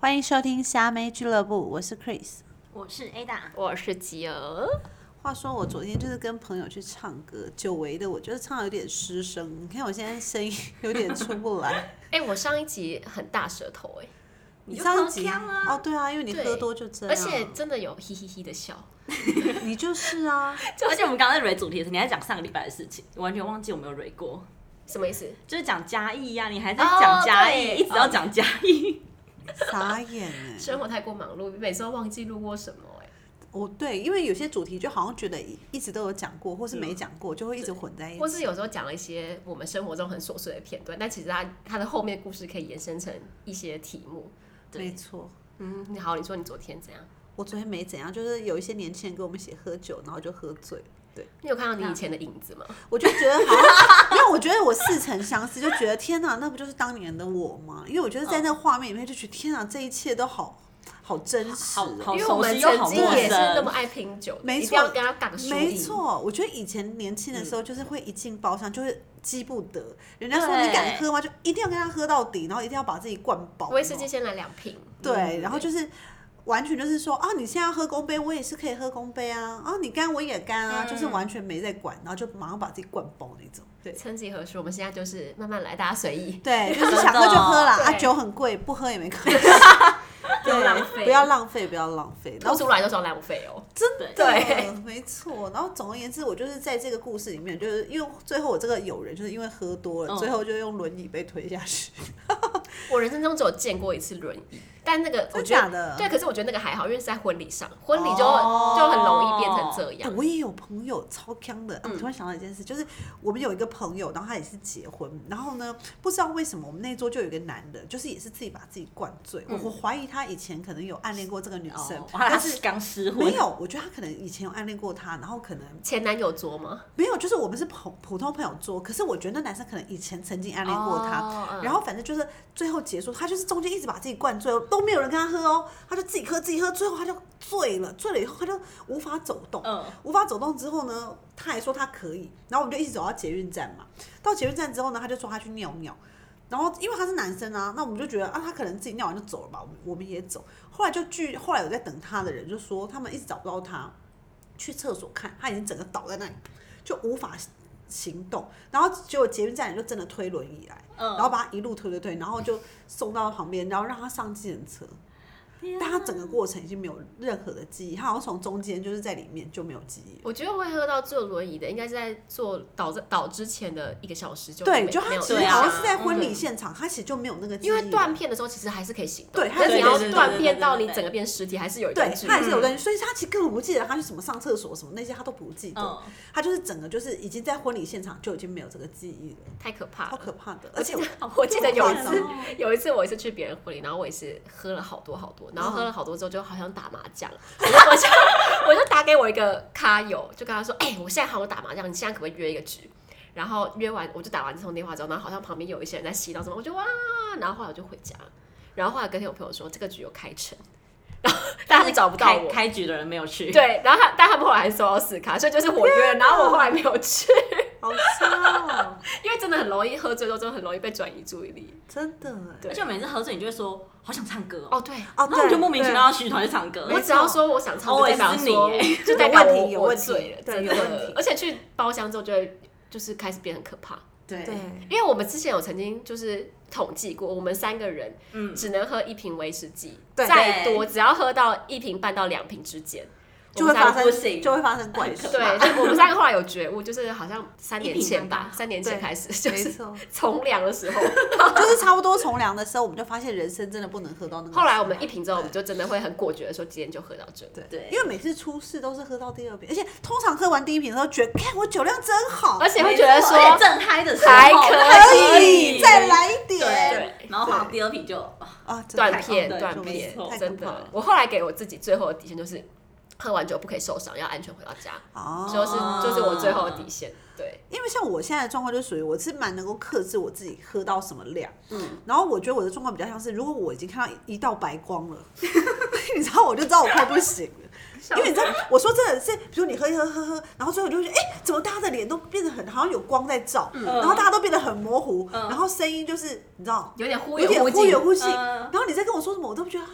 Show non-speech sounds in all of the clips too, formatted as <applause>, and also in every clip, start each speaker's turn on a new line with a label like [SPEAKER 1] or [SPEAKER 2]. [SPEAKER 1] 欢迎收听虾妹俱乐部，我是 Chris。
[SPEAKER 2] 我是 Ada，
[SPEAKER 3] 我是吉儿，
[SPEAKER 1] 话说我昨天就是跟朋友去唱歌，久违的，我觉得唱得有点失声。你看我现在声 <laughs> 音有点出不来。
[SPEAKER 3] 哎、我上一集很大舌头哎、
[SPEAKER 1] 你
[SPEAKER 2] 你就
[SPEAKER 1] 上一
[SPEAKER 2] 狂
[SPEAKER 1] 集、
[SPEAKER 2] 跳啊
[SPEAKER 1] 哦，对啊，因为你
[SPEAKER 3] 对
[SPEAKER 1] 喝多就这样，
[SPEAKER 3] 而且真的有嘿嘿嘿的笑，
[SPEAKER 1] 你就是 <laughs> 啊，
[SPEAKER 2] 而且我们刚刚在蕊主题的时候，你还讲上个礼拜的事情，我完全忘记我们有蕊过，
[SPEAKER 3] 什么意
[SPEAKER 1] 嗯
[SPEAKER 3] 思？
[SPEAKER 2] 就是讲嘉义呀、你还在讲嘉义
[SPEAKER 3] 哦对
[SPEAKER 2] 一直要讲嘉
[SPEAKER 3] <laughs>
[SPEAKER 2] 义。
[SPEAKER 1] 傻眼哎、
[SPEAKER 3] 生活太过忙碌，每次都忘记录过什么哎、
[SPEAKER 1] 哦，对，因为有些主题就好像觉得一一直都有讲过，或是没讲过，就会一直
[SPEAKER 3] 对
[SPEAKER 1] 混在一
[SPEAKER 3] 或
[SPEAKER 1] 起。
[SPEAKER 3] 是有时候讲了一些我们生活中很琐碎的片段，但其实它它的后面故事可以延伸成一些题目。
[SPEAKER 2] 对
[SPEAKER 1] 没错，
[SPEAKER 3] 嗯，你好，你说你昨天怎样？
[SPEAKER 1] 我昨天没怎样，就是有一些年轻人跟我们一起喝酒，然后就喝醉。
[SPEAKER 3] 你有看到你以前的影子吗？
[SPEAKER 1] 我就觉得好像，因为我觉得我似曾相识，就觉得天哪，那不就是当年的我吗？因为我觉得在那画面里面就觉得天哪，这一切都好好真实
[SPEAKER 2] 好
[SPEAKER 1] 哦。
[SPEAKER 2] 好
[SPEAKER 3] 因为我们
[SPEAKER 2] 熟悉又
[SPEAKER 3] 曾
[SPEAKER 2] 好
[SPEAKER 3] 经
[SPEAKER 2] 陌
[SPEAKER 3] 也是
[SPEAKER 2] 生
[SPEAKER 3] 那么爱拼酒的，
[SPEAKER 1] 没错
[SPEAKER 3] 一定要跟他打个输
[SPEAKER 1] 没
[SPEAKER 3] 赢。
[SPEAKER 1] 错，我觉得以前年轻的时候就是会一进包厢就会激不得，人家说
[SPEAKER 2] 对
[SPEAKER 1] 你敢喝吗？就一定要跟他喝到底，然后一定要把自己灌饱。
[SPEAKER 3] 威士忌先来两瓶，
[SPEAKER 1] 对，
[SPEAKER 2] 嗯
[SPEAKER 1] 然后就是完全就是说啊，你现在要喝公杯，我也是可以喝公杯啊，啊，你干我也干啊，就是
[SPEAKER 2] 嗯
[SPEAKER 1] 完全没在管，然后就马上把自己灌饱那种。对。
[SPEAKER 3] 曾几何时，我们现在就是慢慢来，大家随意。
[SPEAKER 1] 对，就是
[SPEAKER 2] 真
[SPEAKER 1] 想
[SPEAKER 2] 的
[SPEAKER 1] 喝就喝啦，
[SPEAKER 3] 对
[SPEAKER 1] 啊，酒很贵，不喝也没
[SPEAKER 3] <laughs>
[SPEAKER 1] 关系，
[SPEAKER 3] 不要浪费
[SPEAKER 1] 不要浪费，不要浪费。然
[SPEAKER 3] 吐
[SPEAKER 1] 后
[SPEAKER 3] 出来都是要浪费哦。
[SPEAKER 2] 真的
[SPEAKER 3] 对
[SPEAKER 1] 呃 <laughs> 没错。然后总而言之，我就是在这个故事里面，就是因为最后我这个友人就是因为喝多了，
[SPEAKER 2] 嗯
[SPEAKER 1] 最后就用轮椅被推下去。
[SPEAKER 3] 我人生中只有见过一次轮椅，但那个我觉
[SPEAKER 1] 假
[SPEAKER 3] 得
[SPEAKER 1] 的
[SPEAKER 3] 对，可是我觉得那个还好，因为是在婚礼上，婚礼就、
[SPEAKER 2] 哦
[SPEAKER 3] 就很容易变成这
[SPEAKER 1] 哎 <laughs>
[SPEAKER 3] 样。
[SPEAKER 1] 我也有朋友超强的、啊，
[SPEAKER 3] 嗯
[SPEAKER 1] 我突然想到一件事，就是我们有一个朋友，然后他也是结婚，然后呢，不知道为什么我们那一桌就有一个男的，就是也是自己把自己灌醉。
[SPEAKER 3] 嗯
[SPEAKER 1] 我我怀疑他以前可能有暗恋过这个女生，
[SPEAKER 2] 哦，
[SPEAKER 1] 但
[SPEAKER 2] 他
[SPEAKER 1] 是
[SPEAKER 2] 是刚失婚
[SPEAKER 1] 没，有，我觉得他可能以前有暗恋过他，然后可能
[SPEAKER 3] 前男友桌吗？
[SPEAKER 1] 没有，就是我们是普普通朋友桌，可是我觉得那男生可能以前曾经暗恋过他，
[SPEAKER 3] 哦嗯
[SPEAKER 1] 然后反正就是最后结束，他就是中间一直把自己灌醉，都没有人跟他喝哦，他就自己喝自己喝，最后他就醉了，醉了以后他就无法走动，
[SPEAKER 2] 嗯
[SPEAKER 1] 无法走动之后呢，他还说他可以，然后我们就一起走到捷运站嘛，到捷运站之后呢，他就说他去尿尿。然后，因为他是男生啊，那我们就觉得啊，他可能自己尿完就走了吧，我们我们也走。后来就据后来有在等他的人就说，他们一直找不到他，去厕所看，他已经整个倒在那里，就无法行动。然后结果捷运站人就真的推轮椅来，
[SPEAKER 2] 嗯
[SPEAKER 1] 然后把他一路推推推，然后就送到旁边，然后让他上计程车。
[SPEAKER 2] 啊
[SPEAKER 1] 但他整个过程已经没有任何的记忆，他好像从中间就是在里面就没有记忆了。
[SPEAKER 3] 我觉得会喝到坐轮椅的，应该是在坐倒在倒之前的一个小时就
[SPEAKER 1] 对，
[SPEAKER 3] 没
[SPEAKER 1] 就
[SPEAKER 3] 没
[SPEAKER 1] 他
[SPEAKER 3] 有
[SPEAKER 1] 其
[SPEAKER 3] 印
[SPEAKER 1] 实
[SPEAKER 2] 对
[SPEAKER 3] 象
[SPEAKER 1] 好
[SPEAKER 2] 啊
[SPEAKER 1] 像是在婚礼
[SPEAKER 3] 嗯
[SPEAKER 1] 现场，他其实就没有那个记忆
[SPEAKER 3] 因
[SPEAKER 1] 了，
[SPEAKER 3] 为断片的时候其实还是可以行动，
[SPEAKER 1] 对
[SPEAKER 3] 但
[SPEAKER 1] 对
[SPEAKER 3] 你要
[SPEAKER 2] 对对
[SPEAKER 3] 断
[SPEAKER 2] 对
[SPEAKER 3] 片
[SPEAKER 2] 对
[SPEAKER 3] 到
[SPEAKER 2] 对
[SPEAKER 3] 你
[SPEAKER 2] 对
[SPEAKER 3] 整个变尸体，还是有一
[SPEAKER 1] 对
[SPEAKER 3] 段距，离。
[SPEAKER 1] 他也是有东西，所以他其实根本不记得他去什么上厕所什么那些，他都不记得，
[SPEAKER 2] 嗯，
[SPEAKER 1] 他就是整个就是已经在婚礼现场就已经没有这个记忆了，
[SPEAKER 3] 太可怕
[SPEAKER 1] 好
[SPEAKER 3] 了。
[SPEAKER 1] 可怕的。而
[SPEAKER 3] 我
[SPEAKER 1] 且
[SPEAKER 3] 记 <laughs> 得我记得有
[SPEAKER 1] 好
[SPEAKER 3] 一次
[SPEAKER 1] 夸张，
[SPEAKER 2] 哦
[SPEAKER 3] <laughs> 有一次我也是去别人婚礼，然后我也是喝了好多好多，然后喝了好多之后就好像打麻 <laughs> 将，我就我就我就打给我一个咖友，就跟他说，哎、我现在好像打麻将，你现在可不可以约一个局？然后约完我就打完这通电话之后，然后好像旁边有一些人在洗澡什么，我就哇，然后后来我就回家，然后后来隔天我朋友说这个局有开成，然后但他们找不到
[SPEAKER 2] 开
[SPEAKER 3] <laughs> 我。
[SPEAKER 2] 开局的人没有去，，
[SPEAKER 3] 对，然后他但他们后来还收到四卡，所以就是我 <laughs> 约了，然后我后来没有去，
[SPEAKER 1] 好笑哦，
[SPEAKER 3] 因为真的很容易喝醉之后，真的很容易被转移注意力。
[SPEAKER 1] 真的哎。
[SPEAKER 3] 对
[SPEAKER 2] 而且我每次喝醉，你就会说好想唱歌哦，
[SPEAKER 3] 哦，对，
[SPEAKER 1] 哦，
[SPEAKER 2] 然后
[SPEAKER 1] 对，
[SPEAKER 2] 我就莫名其
[SPEAKER 1] 对
[SPEAKER 2] 妙。要去团去唱歌，
[SPEAKER 3] 我只要说我想
[SPEAKER 1] 哦
[SPEAKER 3] 唱，就代表
[SPEAKER 2] Always 是你
[SPEAKER 3] 说 <laughs> 就代表
[SPEAKER 1] 有问
[SPEAKER 3] 我
[SPEAKER 1] 题有
[SPEAKER 3] 我
[SPEAKER 1] 问题
[SPEAKER 3] 醉了，
[SPEAKER 1] 对
[SPEAKER 3] 真
[SPEAKER 1] 有问
[SPEAKER 3] 的
[SPEAKER 1] 题。
[SPEAKER 3] 而且去包厢之后，就会就是开始变得很可怕，
[SPEAKER 2] 对
[SPEAKER 1] 对，
[SPEAKER 3] 因为我们之前有曾经就是统计过，我们三个人
[SPEAKER 2] 嗯，
[SPEAKER 3] 只能喝一瓶威士忌，
[SPEAKER 1] 对
[SPEAKER 3] 再多只要喝到一瓶半到两瓶之间，
[SPEAKER 1] 就会
[SPEAKER 3] 我们
[SPEAKER 1] 发
[SPEAKER 3] 三个
[SPEAKER 1] 生
[SPEAKER 2] 不行
[SPEAKER 1] 就会发生怪事， <laughs>
[SPEAKER 3] 对，所以我们三个后来有觉悟，就是好像三年前
[SPEAKER 2] 一瓶半
[SPEAKER 3] 吧，
[SPEAKER 2] 吧
[SPEAKER 3] 三年前
[SPEAKER 1] 对
[SPEAKER 3] 开始就
[SPEAKER 1] 没
[SPEAKER 3] 是 <laughs>
[SPEAKER 1] 错，
[SPEAKER 3] 从良的时候，
[SPEAKER 1] 就是差不多从良的时候，我们就发现人生真的不能喝到那个时候。
[SPEAKER 3] 后来我们一瓶之后，我们
[SPEAKER 1] 对
[SPEAKER 3] 就真的会很果决的说，今天就喝到这里。
[SPEAKER 1] 对
[SPEAKER 2] 对，
[SPEAKER 1] 因为每次出事都是喝到第二瓶，而且通常喝完第一瓶的时候，觉得看我酒量真好，
[SPEAKER 3] 而且会觉得说
[SPEAKER 2] 而且正嗨的时候
[SPEAKER 3] 还可
[SPEAKER 1] 可以
[SPEAKER 3] 以
[SPEAKER 1] 再来一点
[SPEAKER 3] 对
[SPEAKER 2] 对，然后好像第二瓶就
[SPEAKER 1] 啊！真的
[SPEAKER 3] 断
[SPEAKER 1] 太
[SPEAKER 3] 片，
[SPEAKER 1] 对
[SPEAKER 3] 断
[SPEAKER 1] 没
[SPEAKER 3] 片
[SPEAKER 1] 错，太可
[SPEAKER 3] 真
[SPEAKER 1] 怕
[SPEAKER 3] 的
[SPEAKER 1] 了。。
[SPEAKER 3] 我后来给我自己最后的底线就是，喝完酒不可以受伤，要安全回到家，
[SPEAKER 1] 哦
[SPEAKER 3] 就是就是我最后的底线。对，
[SPEAKER 1] 因为像我现在的状况就属于我是蛮能够克制我自己喝到什么量，
[SPEAKER 2] 嗯，
[SPEAKER 1] 然后我觉得我的 <laughs>
[SPEAKER 3] <laughs>
[SPEAKER 1] 状况比较像是，如果我已经看到一道白光了，你知道我就知道我快不行了，
[SPEAKER 3] 笑
[SPEAKER 1] 因为你知道，我说真的是，比如你喝一喝喝喝，然后最后你就会觉得，哎、怎么大家的脸都变得很好像有光在照，
[SPEAKER 3] 嗯
[SPEAKER 1] 然后大家都变得很模糊，
[SPEAKER 2] 嗯
[SPEAKER 1] 然后声音就是你知道
[SPEAKER 3] 有点忽
[SPEAKER 1] 有
[SPEAKER 3] 远
[SPEAKER 1] 点忽
[SPEAKER 3] 忽近
[SPEAKER 1] 远。忽近，
[SPEAKER 2] 嗯
[SPEAKER 1] 然后你在跟我说什么，我都不觉得啊，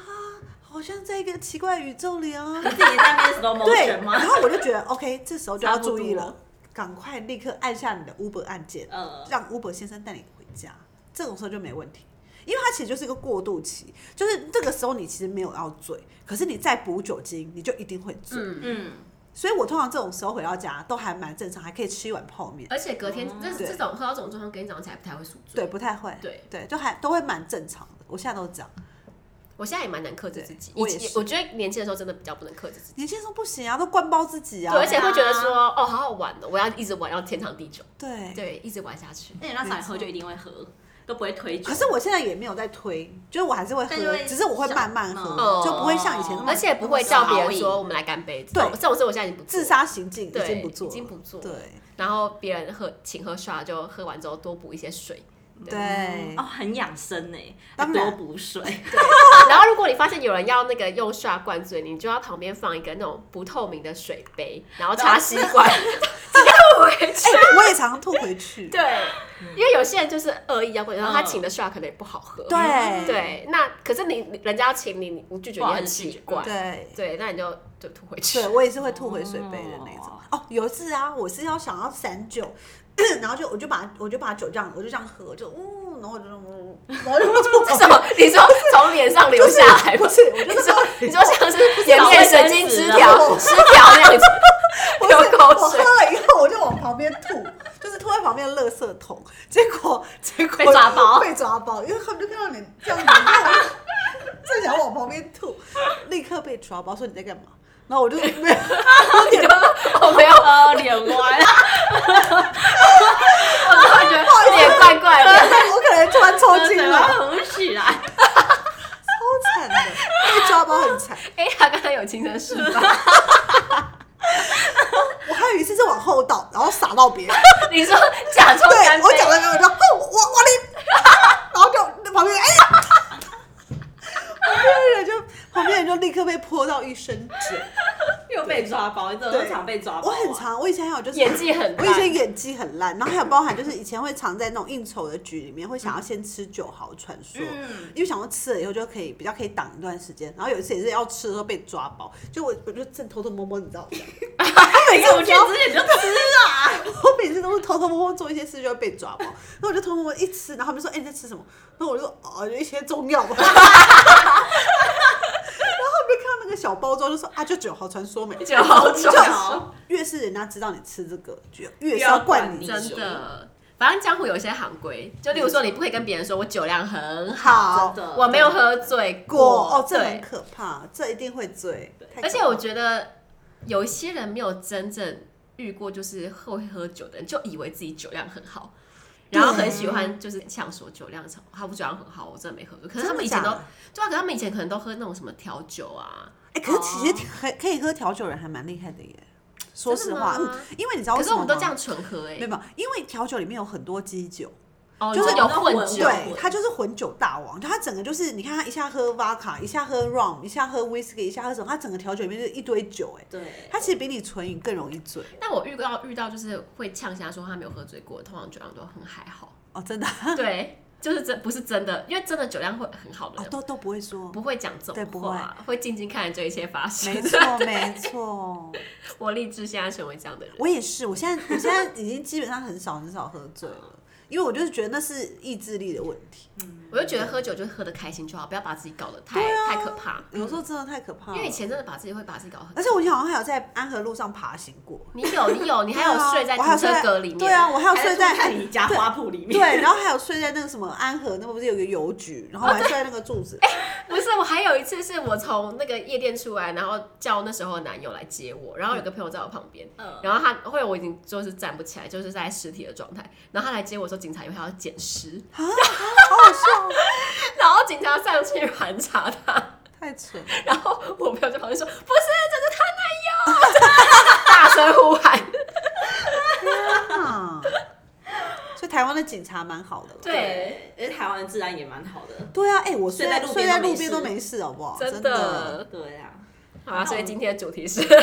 [SPEAKER 1] 好像在一个奇怪的宇宙里啊，
[SPEAKER 2] <laughs> 自己在那边 slow
[SPEAKER 1] 对，
[SPEAKER 2] motion 吗
[SPEAKER 1] 然？后我就觉得 OK，这时候就要注意
[SPEAKER 2] 差不
[SPEAKER 1] 了，赶快立刻按下你的 Uber 按键，
[SPEAKER 2] 嗯
[SPEAKER 1] 让 Uber 先生带你回家，这种时候就没问题。因为它其实就是一个过渡期，就是这个时候你其实没有要醉，可是你再补酒精，你就一定会醉。
[SPEAKER 3] 嗯，
[SPEAKER 2] 嗯，
[SPEAKER 1] 所以我通常这种时候回到家都还蛮正常，还可以吃一碗泡面，
[SPEAKER 3] 而且隔天这
[SPEAKER 1] 哦对
[SPEAKER 3] 这种喝到这种状况，隔天早上起来不太会宿醉。
[SPEAKER 1] 对，不太会，
[SPEAKER 3] 对
[SPEAKER 1] 对，就还都会蛮正常的。我现在都是这样，
[SPEAKER 3] 我现在也蛮难克制自己，
[SPEAKER 1] 对我
[SPEAKER 3] 以
[SPEAKER 1] 也
[SPEAKER 3] 前
[SPEAKER 1] 是
[SPEAKER 3] 我觉得年轻的时候真的比较不能克制自己，
[SPEAKER 1] 年轻时候不行啊，都灌爆自己啊，
[SPEAKER 3] 对，而且
[SPEAKER 2] 对啊
[SPEAKER 3] 会觉得说哦，好好玩哦，我要一直玩，要天长地久，
[SPEAKER 1] 对
[SPEAKER 3] 对，一直玩下去。
[SPEAKER 2] 那你让小孩喝就一定会喝，都不会推酒。
[SPEAKER 1] 可是我现在也没有在推，就是我还是会喝
[SPEAKER 2] 但就会，
[SPEAKER 1] 只是我会慢慢
[SPEAKER 3] 嗯
[SPEAKER 1] 喝，就不会像以前那么，
[SPEAKER 3] 而且不会叫别人
[SPEAKER 2] 少饮
[SPEAKER 3] 说我们来干杯，
[SPEAKER 1] 哦对
[SPEAKER 3] 这种事我现在已经不做
[SPEAKER 1] 自杀行径已
[SPEAKER 3] 对
[SPEAKER 1] 经不做
[SPEAKER 3] 已
[SPEAKER 1] 了，
[SPEAKER 3] 经不做。
[SPEAKER 1] 对
[SPEAKER 3] 然后别人喝请喝刷就喝完之后多补一些水，嗯
[SPEAKER 1] 对
[SPEAKER 2] 哦，，很养生哎，
[SPEAKER 1] 当
[SPEAKER 2] 多
[SPEAKER 1] 然 <laughs>
[SPEAKER 2] 补水。
[SPEAKER 3] 然后如果你发现有人要那个用刷灌醉你，你就要旁边放一个那种不透明的水杯，然后插吸管， <laughs>
[SPEAKER 1] 哎，我也常常吐回去，
[SPEAKER 3] 对，因为有些人就是恶意要灌醉，然后他请的刷可能也不好喝，
[SPEAKER 1] 对
[SPEAKER 3] 嗯对，那可是你你人家要请你，你你拒绝
[SPEAKER 2] 不
[SPEAKER 3] 也
[SPEAKER 2] 好
[SPEAKER 3] 很
[SPEAKER 2] 意思拒
[SPEAKER 3] 奇
[SPEAKER 2] 绝
[SPEAKER 3] 怪，
[SPEAKER 1] 对。
[SPEAKER 3] 对，那你就就吐回去
[SPEAKER 1] 对，，我也是会吐回水杯的那种
[SPEAKER 3] 嗯
[SPEAKER 2] 哦。
[SPEAKER 1] 哦，有一次啊，我是要想要散酒， <clears throat> 然后就我就把我就把酒这样我就这样喝，就呜，然后我就呜，然后就吐
[SPEAKER 3] 是什么？你说从脸上流下来吗？
[SPEAKER 1] 不是，我就
[SPEAKER 3] 你
[SPEAKER 1] 是
[SPEAKER 3] 说你说像是颜面神经失
[SPEAKER 2] 少
[SPEAKER 3] 调失调那样 <laughs> 子，
[SPEAKER 1] 不是
[SPEAKER 3] 流口
[SPEAKER 1] 我喝
[SPEAKER 3] 水
[SPEAKER 1] 了以后，我就往旁边吐，就是吐在旁边的垃圾桶。结果结果
[SPEAKER 2] 被抓
[SPEAKER 1] <laughs>
[SPEAKER 2] 包
[SPEAKER 1] 被抓包，因为他们就看到你这样子，然后我就正想往旁边吐，立刻被抓包，说你在干嘛？然后我就没有，我脸
[SPEAKER 3] 我没有，
[SPEAKER 2] 呃，脸歪，
[SPEAKER 3] 我突然觉得有点怪怪 <laughs> 的。
[SPEAKER 1] <laughs> 我可能突然抽筋
[SPEAKER 2] 嘴
[SPEAKER 1] 了，
[SPEAKER 2] 巴
[SPEAKER 1] 超
[SPEAKER 2] 红起来。
[SPEAKER 1] 惨的，被抓包很惨。
[SPEAKER 3] 哎，他刚才有轻声是吧？
[SPEAKER 1] 我还有一次是往后倒，然后撒到别人，
[SPEAKER 3] 你说假装
[SPEAKER 1] 对
[SPEAKER 3] 干
[SPEAKER 1] 我
[SPEAKER 3] 杯，
[SPEAKER 1] 讲了没有？然后我我我你，然后就那旁边哎呀，旁边人就旁边人就立刻被泼到一身酒。
[SPEAKER 2] 又被抓包，你怎么
[SPEAKER 1] 对
[SPEAKER 2] 都常被抓包
[SPEAKER 1] 我
[SPEAKER 2] 啊？
[SPEAKER 1] 很常，我以前还有就是
[SPEAKER 3] 演技很
[SPEAKER 1] 我
[SPEAKER 3] 烂
[SPEAKER 1] 以。前演技很烂，然后还有包含就是以前会常在那种应酬的局里面，会想要先吃酒豪传说，
[SPEAKER 2] 嗯
[SPEAKER 1] 因为想要吃了以后就可以比较可以挡一段时间。然后有一次也是要吃的时候被抓包，就我我就正偷偷摸摸，你知道吗？他每
[SPEAKER 3] 哎
[SPEAKER 2] 你
[SPEAKER 1] 次
[SPEAKER 2] 我
[SPEAKER 1] 我
[SPEAKER 2] 去
[SPEAKER 1] 只要
[SPEAKER 2] 之前你就吃啦。
[SPEAKER 1] 我每次都是偷偷摸摸做一些事就会被抓包，然后我就偷偷摸摸一吃，然后他们说：“哎、你在吃什么？”然后我就说：“哦，有一些中药吧。” <laughs> 然后他们就看到那个小包装，就说：“啊，就九号传说没。” <laughs>
[SPEAKER 3] 酒豪
[SPEAKER 1] 就
[SPEAKER 3] 传
[SPEAKER 2] 说
[SPEAKER 1] 越是人家知道你吃这个，就越是要灌你
[SPEAKER 2] 要灌你
[SPEAKER 1] 酒
[SPEAKER 3] 真。的。反正江湖有一些行规，就例如说，你不可以跟别人说我酒量很好，
[SPEAKER 1] 好
[SPEAKER 2] 真的
[SPEAKER 3] 我没有喝醉
[SPEAKER 1] 过哦，这很
[SPEAKER 3] 对，
[SPEAKER 1] 可怕，这一定会醉。太可怕
[SPEAKER 3] 而且我觉得有一些人没有真正遇过，就是会喝酒的人，就以为自己酒量很好，然后很喜欢就是呛说酒量超，他不酒量很好，我真的没喝过。可是他们以前
[SPEAKER 1] 真的
[SPEAKER 3] 都
[SPEAKER 1] 假的
[SPEAKER 3] 对啊，可是他们以前可能都喝那种什么调酒啊，
[SPEAKER 1] 哎、可是其实还可以喝调酒人还蛮厉害的耶。说实话，
[SPEAKER 3] 真的吗
[SPEAKER 1] 嗯，因为你知道
[SPEAKER 3] 可
[SPEAKER 1] 为什
[SPEAKER 3] 是
[SPEAKER 1] 么
[SPEAKER 3] 我们都
[SPEAKER 1] 吗
[SPEAKER 3] 这样纯喝哎、
[SPEAKER 1] 没有，没有因为调酒里面有很多基酒。
[SPEAKER 3] 哦，
[SPEAKER 1] 就是
[SPEAKER 3] 你说有混酒，
[SPEAKER 1] 对，他就是混酒大王，就他整个就是你看他一下喝 vodka，一下喝 rum，一下喝 whisky，一下喝什么，他整个调酒里面就是一堆酒、哎，
[SPEAKER 2] 对，
[SPEAKER 1] 他其实比你纯饮更容易醉
[SPEAKER 3] 但我遇到遇到就是会呛下说他没有喝醉过，通常酒量都很还
[SPEAKER 1] <laughs>
[SPEAKER 3] 好。
[SPEAKER 1] 哦，真的
[SPEAKER 3] <laughs>
[SPEAKER 1] 啊、
[SPEAKER 3] 对，就是真不是真的，因为真的酒量会很好的
[SPEAKER 1] 哦
[SPEAKER 3] 人、
[SPEAKER 1] 都都不会说，
[SPEAKER 3] 不会 <laughs> 讲这
[SPEAKER 1] 对
[SPEAKER 3] 种
[SPEAKER 1] 不
[SPEAKER 3] 话，会静静看着这一切发生
[SPEAKER 1] 没。错没错，
[SPEAKER 3] <laughs> 我立志现在成为这样的人。
[SPEAKER 1] 我也是，我现在我现在已经基本上很少很少喝醉了，因为我就是觉得那是意志力的问题，
[SPEAKER 3] 我就觉得喝酒就是喝的开心就好，不要把自己搞得太、
[SPEAKER 1] 啊
[SPEAKER 3] 太可怕。
[SPEAKER 1] 有时候真的太可怕
[SPEAKER 3] 嗯因为以
[SPEAKER 1] 了。
[SPEAKER 3] 前真的把自己会把自己搞得很，
[SPEAKER 1] 嗯而且我好像还有在安和路上爬行过，
[SPEAKER 3] 你有你有，你还有
[SPEAKER 1] 对啊
[SPEAKER 3] 睡在
[SPEAKER 1] 我还有睡
[SPEAKER 3] 停车
[SPEAKER 1] 在
[SPEAKER 3] 格里面，
[SPEAKER 1] 对啊，，我还有睡在
[SPEAKER 2] 看你家花圃里面，
[SPEAKER 1] 对，然后还有睡在那个什么安和，那不是有个邮局，
[SPEAKER 3] 哦
[SPEAKER 1] 然后我还睡在那个柱
[SPEAKER 3] <laughs>
[SPEAKER 1] 子。
[SPEAKER 3] 不是，我还有一次是我从那个夜店出来，然后叫那时候的男友来接我，然后有个朋友在我旁边，
[SPEAKER 2] 嗯
[SPEAKER 3] 然后他后来我已经就是站不起来，就是在尸体的状态，然后他来接我的时候，警察以为他要捡尸，
[SPEAKER 1] 啊，好好笑哦，
[SPEAKER 3] 然后警察上去盘查他，
[SPEAKER 1] 太
[SPEAKER 3] <laughs>
[SPEAKER 1] 蠢了！
[SPEAKER 3] 然后我朋友在旁边说：“不是，这是他男友！” <laughs> 大声呼喊。嗯
[SPEAKER 1] 啊，所以台湾的警察蛮好的了。
[SPEAKER 2] 对，而且台湾的治安也蛮好的。
[SPEAKER 1] 对啊，哎、我睡
[SPEAKER 2] 睡在
[SPEAKER 1] 在
[SPEAKER 2] 路
[SPEAKER 1] 睡
[SPEAKER 2] 边
[SPEAKER 1] 在
[SPEAKER 2] 都没
[SPEAKER 1] 路边都
[SPEAKER 2] 事
[SPEAKER 1] 没事，好不好？
[SPEAKER 3] 真
[SPEAKER 1] 真
[SPEAKER 3] 的
[SPEAKER 2] 对啊，
[SPEAKER 3] 好啊，所以今天的主题是，
[SPEAKER 1] 今天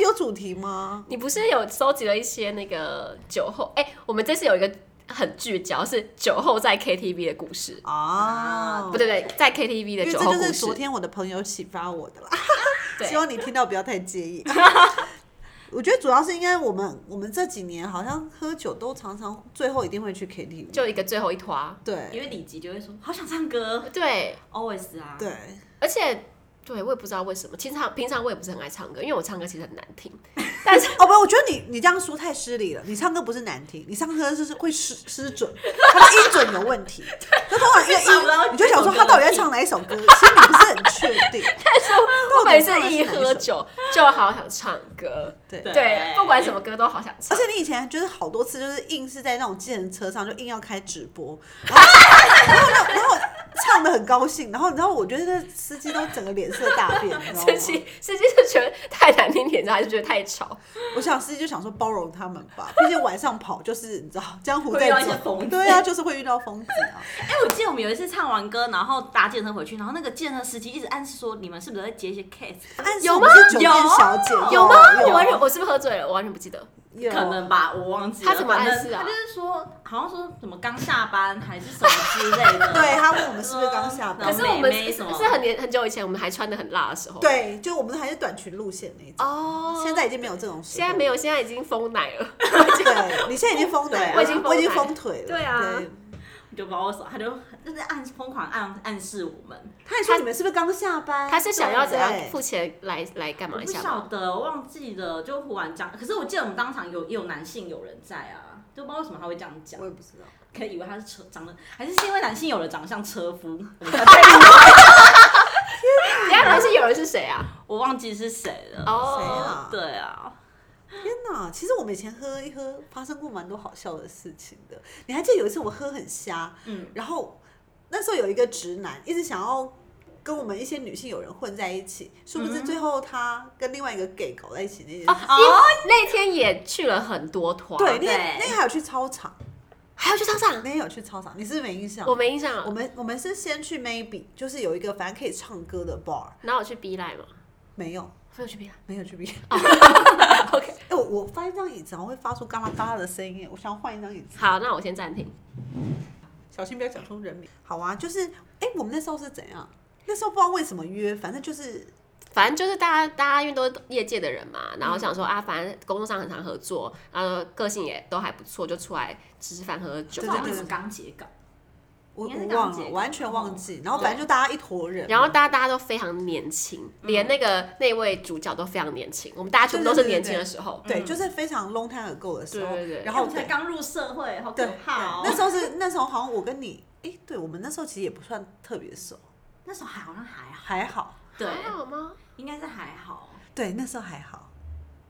[SPEAKER 1] 有主题吗？
[SPEAKER 3] 你不是有收集了一些那个酒后？哎、我们这次有一个很聚焦是酒后在 KTV 的故事，
[SPEAKER 1] 啊，
[SPEAKER 3] 不对不对，在 KTV
[SPEAKER 1] 因
[SPEAKER 3] 的
[SPEAKER 1] 为
[SPEAKER 3] 酒
[SPEAKER 1] 这
[SPEAKER 3] 后
[SPEAKER 1] 就
[SPEAKER 3] 故
[SPEAKER 1] 是
[SPEAKER 3] 事
[SPEAKER 1] 昨。天我的朋友启发我的啦。
[SPEAKER 3] 对
[SPEAKER 1] <laughs> 希望你听到不要太介
[SPEAKER 3] <laughs>
[SPEAKER 1] 意。我觉得主要是应该我们我们这几年好像喝酒都常常最后一定会去 KTV，
[SPEAKER 3] 就一个最后一团。
[SPEAKER 1] 对
[SPEAKER 2] 因为李吉就会说好想唱歌
[SPEAKER 3] 对，
[SPEAKER 2] ，always 啊，
[SPEAKER 1] 对，
[SPEAKER 3] 而且对我也不知道为什么，平常平常我也不是很爱唱歌，因为我唱歌其实很难听。但是
[SPEAKER 1] 哦不，我觉得你你这样说太失礼了。你唱歌不是难听，你唱歌就是会失失准，他的音准有问
[SPEAKER 3] <laughs>
[SPEAKER 1] 题。就通常一个
[SPEAKER 2] 找不到
[SPEAKER 1] 音，你就想说
[SPEAKER 2] 这
[SPEAKER 1] 他
[SPEAKER 2] 首歌
[SPEAKER 1] 到底在唱哪一首歌，其实你不是很确
[SPEAKER 3] <laughs>
[SPEAKER 1] 定。
[SPEAKER 3] 我
[SPEAKER 1] 但
[SPEAKER 3] 每
[SPEAKER 1] 是
[SPEAKER 3] 次
[SPEAKER 1] 我
[SPEAKER 3] 一喝，酒就好想唱歌，
[SPEAKER 1] 对
[SPEAKER 2] 对
[SPEAKER 3] 对，不管什么歌都好想
[SPEAKER 1] 而
[SPEAKER 3] 唱。
[SPEAKER 1] 且你以前就是好多次，就是硬是在那种计程车上就硬要开直播，然后然后然后唱的很高兴，然后然后我觉得那司机都整个脸色大变，你知道
[SPEAKER 3] <laughs> 司机
[SPEAKER 1] 吗？
[SPEAKER 3] 司机是觉得太难听点，还是觉得太吵？
[SPEAKER 1] 我想司机就想说包容他们吧，毕竟晚上跑就是你知道江湖在
[SPEAKER 2] 会遇到一些
[SPEAKER 1] 走
[SPEAKER 2] 疯，子
[SPEAKER 1] 对啊，就是会遇到疯子啊。
[SPEAKER 2] 哎、我记得我们有一次唱完歌，然后搭健身回去，然后那个健身司机一直暗示说你们是不是在接一些 case，
[SPEAKER 1] 但是
[SPEAKER 3] 有
[SPEAKER 1] 我们
[SPEAKER 3] 吗
[SPEAKER 1] 是酒店
[SPEAKER 2] 有
[SPEAKER 1] 小姐，
[SPEAKER 3] 有吗？我完
[SPEAKER 1] 哦
[SPEAKER 3] 全
[SPEAKER 1] 有哦
[SPEAKER 3] 我是不是喝醉了？我完全不记得。
[SPEAKER 1] 有
[SPEAKER 2] 可能吧，我忘记了。
[SPEAKER 3] 他怎么暗示啊
[SPEAKER 2] 反正他就是说，好像说什么刚下班还是什么之类的。
[SPEAKER 1] 对他问我们是不是刚下班
[SPEAKER 2] 然后
[SPEAKER 3] 可是我们
[SPEAKER 2] 妹妹
[SPEAKER 3] 是
[SPEAKER 2] 什么
[SPEAKER 3] 是很年很久以前，我们还穿的很辣的时候。
[SPEAKER 1] 对，就我们还是短裙路线那一种，
[SPEAKER 3] 哦，
[SPEAKER 1] 现在已经哎没有这种时候，
[SPEAKER 3] 现在没有，现在已经封奶了。
[SPEAKER 1] 对，你现在已经封腿了，
[SPEAKER 2] 我已
[SPEAKER 3] 经
[SPEAKER 1] 我已经
[SPEAKER 3] 封
[SPEAKER 1] 封腿了，
[SPEAKER 3] 对啊
[SPEAKER 2] 就不知道为什么，他就就是暗疯狂暗暗示我们。
[SPEAKER 1] 他还说你们是不是刚下班？
[SPEAKER 3] 他是想要怎样
[SPEAKER 1] 对
[SPEAKER 3] 付钱来来干
[SPEAKER 2] 我
[SPEAKER 3] 嘛
[SPEAKER 2] 不
[SPEAKER 3] 一下
[SPEAKER 2] 晓
[SPEAKER 3] 吗？
[SPEAKER 2] 得，我忘记了，就忽然讲。可是我记得我们当场有也有男性友人在啊，就不知道为什么他会这样讲
[SPEAKER 1] 我。也不知道。
[SPEAKER 2] 可以以为他是车长得，还是是因为男性友人长得像车夫， <laughs>
[SPEAKER 3] 等一下男性有人是谁啊？
[SPEAKER 2] 我忘记是谁了。
[SPEAKER 3] 哦
[SPEAKER 1] 谁啊
[SPEAKER 2] 对啊，
[SPEAKER 1] 天哪！其实我们以前喝一喝，发生过蛮多好笑的事情的。你还记得有一次我喝很瞎，
[SPEAKER 2] 嗯，
[SPEAKER 1] 然后那时候有一个直男一直想要跟我们一些女性友人混在一起，殊不知最后他跟另外一个 gay 搞在一起那件事。
[SPEAKER 2] 哦
[SPEAKER 3] 因为那天也去了很多团，
[SPEAKER 1] 对，那哦
[SPEAKER 2] 对
[SPEAKER 1] 天那天还有去操场，
[SPEAKER 3] 还要去操场
[SPEAKER 1] 那，天有去操场，你是不是没印象
[SPEAKER 3] 我？没印象
[SPEAKER 1] 我
[SPEAKER 3] 了。
[SPEAKER 1] 们我们是先去 maybe，就是有一个反正可以唱歌的 bar，
[SPEAKER 3] 然后我去 B 赖嘛，
[SPEAKER 1] 没有
[SPEAKER 3] 没有去 B 赖。
[SPEAKER 1] 没有去 maybe。 <laughs>
[SPEAKER 3] OK，
[SPEAKER 1] 哎、我我翻一张椅子，然后会发出嘎啦嘎啦的声音。我想换一张椅子，
[SPEAKER 3] 好，那我先暂停。
[SPEAKER 1] 小心不要讲出人名。好啊，就是哎、我们那时候是怎样？那时候不知道为什么约，反正就是
[SPEAKER 3] 反正就是大家，大家因为都是业界的人嘛，然后想说啊，反正工作上很常合作，然后个性也都还不错，就出来吃吃饭、喝喝酒
[SPEAKER 1] 对对
[SPEAKER 2] 就
[SPEAKER 1] 对
[SPEAKER 2] 好像是刚结稿，
[SPEAKER 1] 我
[SPEAKER 2] 应该
[SPEAKER 1] 我
[SPEAKER 2] 是刚
[SPEAKER 1] 忘
[SPEAKER 2] 结
[SPEAKER 1] 了，
[SPEAKER 2] 婚
[SPEAKER 1] 完全忘记。然后反正就大家一坨人，
[SPEAKER 3] 哦然后大家大家都非常年轻，连那个那位主角都非常年轻，我们大家全部都是年轻的时候。
[SPEAKER 1] 对，就是非常 long time ago 的时候。
[SPEAKER 3] 对对对
[SPEAKER 1] 然
[SPEAKER 2] 然后
[SPEAKER 1] 后
[SPEAKER 2] 我才
[SPEAKER 1] 对
[SPEAKER 2] 刚入社会，好
[SPEAKER 1] 对
[SPEAKER 2] 可怕哦。
[SPEAKER 1] 那时候是那时候好像我跟你哎、对我们那时候其实也不算特别熟，
[SPEAKER 2] 那时候还好像还好，
[SPEAKER 1] 还好。
[SPEAKER 2] 对，
[SPEAKER 3] 嗯还好吗？
[SPEAKER 2] 应该是还好。
[SPEAKER 1] 对，那时候还好，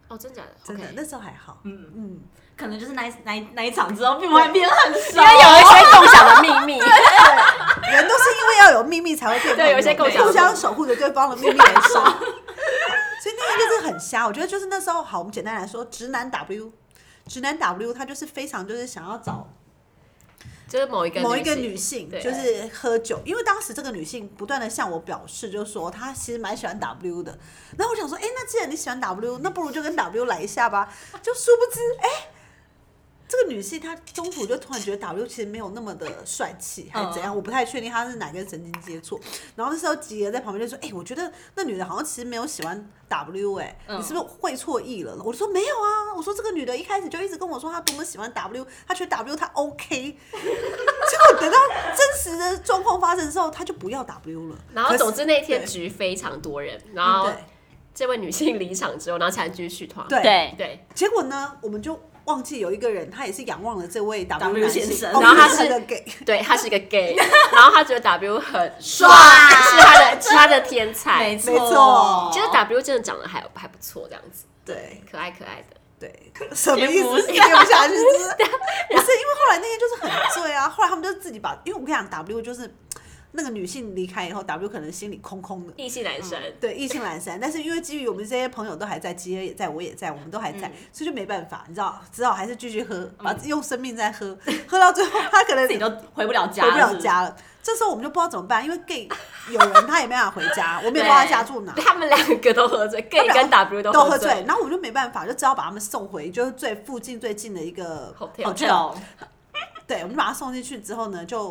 [SPEAKER 3] 哦，真假的？
[SPEAKER 1] 真的
[SPEAKER 3] OK
[SPEAKER 1] 那时候还好。
[SPEAKER 2] 嗯，
[SPEAKER 1] 嗯，
[SPEAKER 2] 可能就是那一那一那一场之后，并不会变很熟
[SPEAKER 3] 因。为有一些共享的秘密， <laughs>
[SPEAKER 1] 人都是因为要有秘密才会变朋友
[SPEAKER 3] 对有一些共
[SPEAKER 2] 享
[SPEAKER 1] 互相守护着对方的秘密而生。所以那天就是很瞎，我觉得就是那时候好，我们简单来说，直男 W，直男 W 他就是非常就是想要找
[SPEAKER 3] 就是某一个
[SPEAKER 1] <laughs> 某一个
[SPEAKER 3] 性
[SPEAKER 1] 女性，
[SPEAKER 3] 对
[SPEAKER 1] 就是喝酒，因为当时这个女性不断的向我表示，就是说她其实蛮喜欢 W 的。然后我想说，哎、那既然你喜欢 W，那不如就跟 W 来一下吧。就殊不知，哎、这个女性她中途就突然觉得 W 其实没有那么的帅气，还是怎样，我不太确定她是哪根神经接触。然后那时候吉儿在旁边就说，哎、我觉得那女的好像其实没有喜欢 W，哎、
[SPEAKER 2] 嗯
[SPEAKER 1] 你是不是会错意了？我就说没有啊，我说这个女的一开始就一直跟我说她多么喜欢 W，她觉得 W 她
[SPEAKER 2] <laughs>
[SPEAKER 1] OK。结果等到真实的状况发生之后，他就不要 W 了。
[SPEAKER 3] 然后总之那天
[SPEAKER 1] 可是嗯
[SPEAKER 3] 局非常多人，然
[SPEAKER 1] 对
[SPEAKER 2] 哦
[SPEAKER 3] 后这位女性离场之后，然后才继续续团。
[SPEAKER 1] 对
[SPEAKER 2] 对，
[SPEAKER 3] 对，
[SPEAKER 1] 结果呢，我们就忘记有一个人，他也是仰望了这位
[SPEAKER 2] W
[SPEAKER 1] 男
[SPEAKER 2] 先生
[SPEAKER 1] 哦
[SPEAKER 2] 然后
[SPEAKER 3] 他
[SPEAKER 1] 不
[SPEAKER 3] 是
[SPEAKER 1] 个 gay，
[SPEAKER 3] 对他是一个
[SPEAKER 1] <laughs>
[SPEAKER 3] gay，然后他觉得 W 很
[SPEAKER 2] 帅
[SPEAKER 3] 帅，是他的是他的天才
[SPEAKER 2] 没。
[SPEAKER 1] 没错
[SPEAKER 3] 其实 W 真的长得还还不错，这样子
[SPEAKER 1] 对
[SPEAKER 3] 可爱可爱的。
[SPEAKER 1] 对，什么意
[SPEAKER 2] 不
[SPEAKER 1] 思？
[SPEAKER 2] 是
[SPEAKER 1] 听不下去，就是
[SPEAKER 2] <laughs>
[SPEAKER 1] 啊不是因为后来那天就是很醉啊，后来他们就自己把，因为我跟你讲，W 就是。那个女性离开以后，W 可能心里空空的，
[SPEAKER 3] 异性男生，
[SPEAKER 1] 对，意兴阑珊。但是因为基于我们这些朋友都还在，基也在，我也在，我们都还在，
[SPEAKER 2] 嗯
[SPEAKER 1] 所以就没办法，你知道，只好还是继续喝，把用生命在喝，喝到最后他可能
[SPEAKER 2] 自己都回不了家，
[SPEAKER 1] 回不了
[SPEAKER 2] 是是。
[SPEAKER 1] 家了。这时候我们就不知道怎么办，因为 gay 有人他也没办法回家，我们也不知道他家住哪。
[SPEAKER 3] 他们两个都喝醉，gay 跟 W 都
[SPEAKER 1] 都
[SPEAKER 3] 喝
[SPEAKER 1] 喝醉，，然后我们就没办法，就只好把他们送回就是最附近最近的一个
[SPEAKER 3] Hotel
[SPEAKER 1] 对，我们就把他送进去之后呢，就，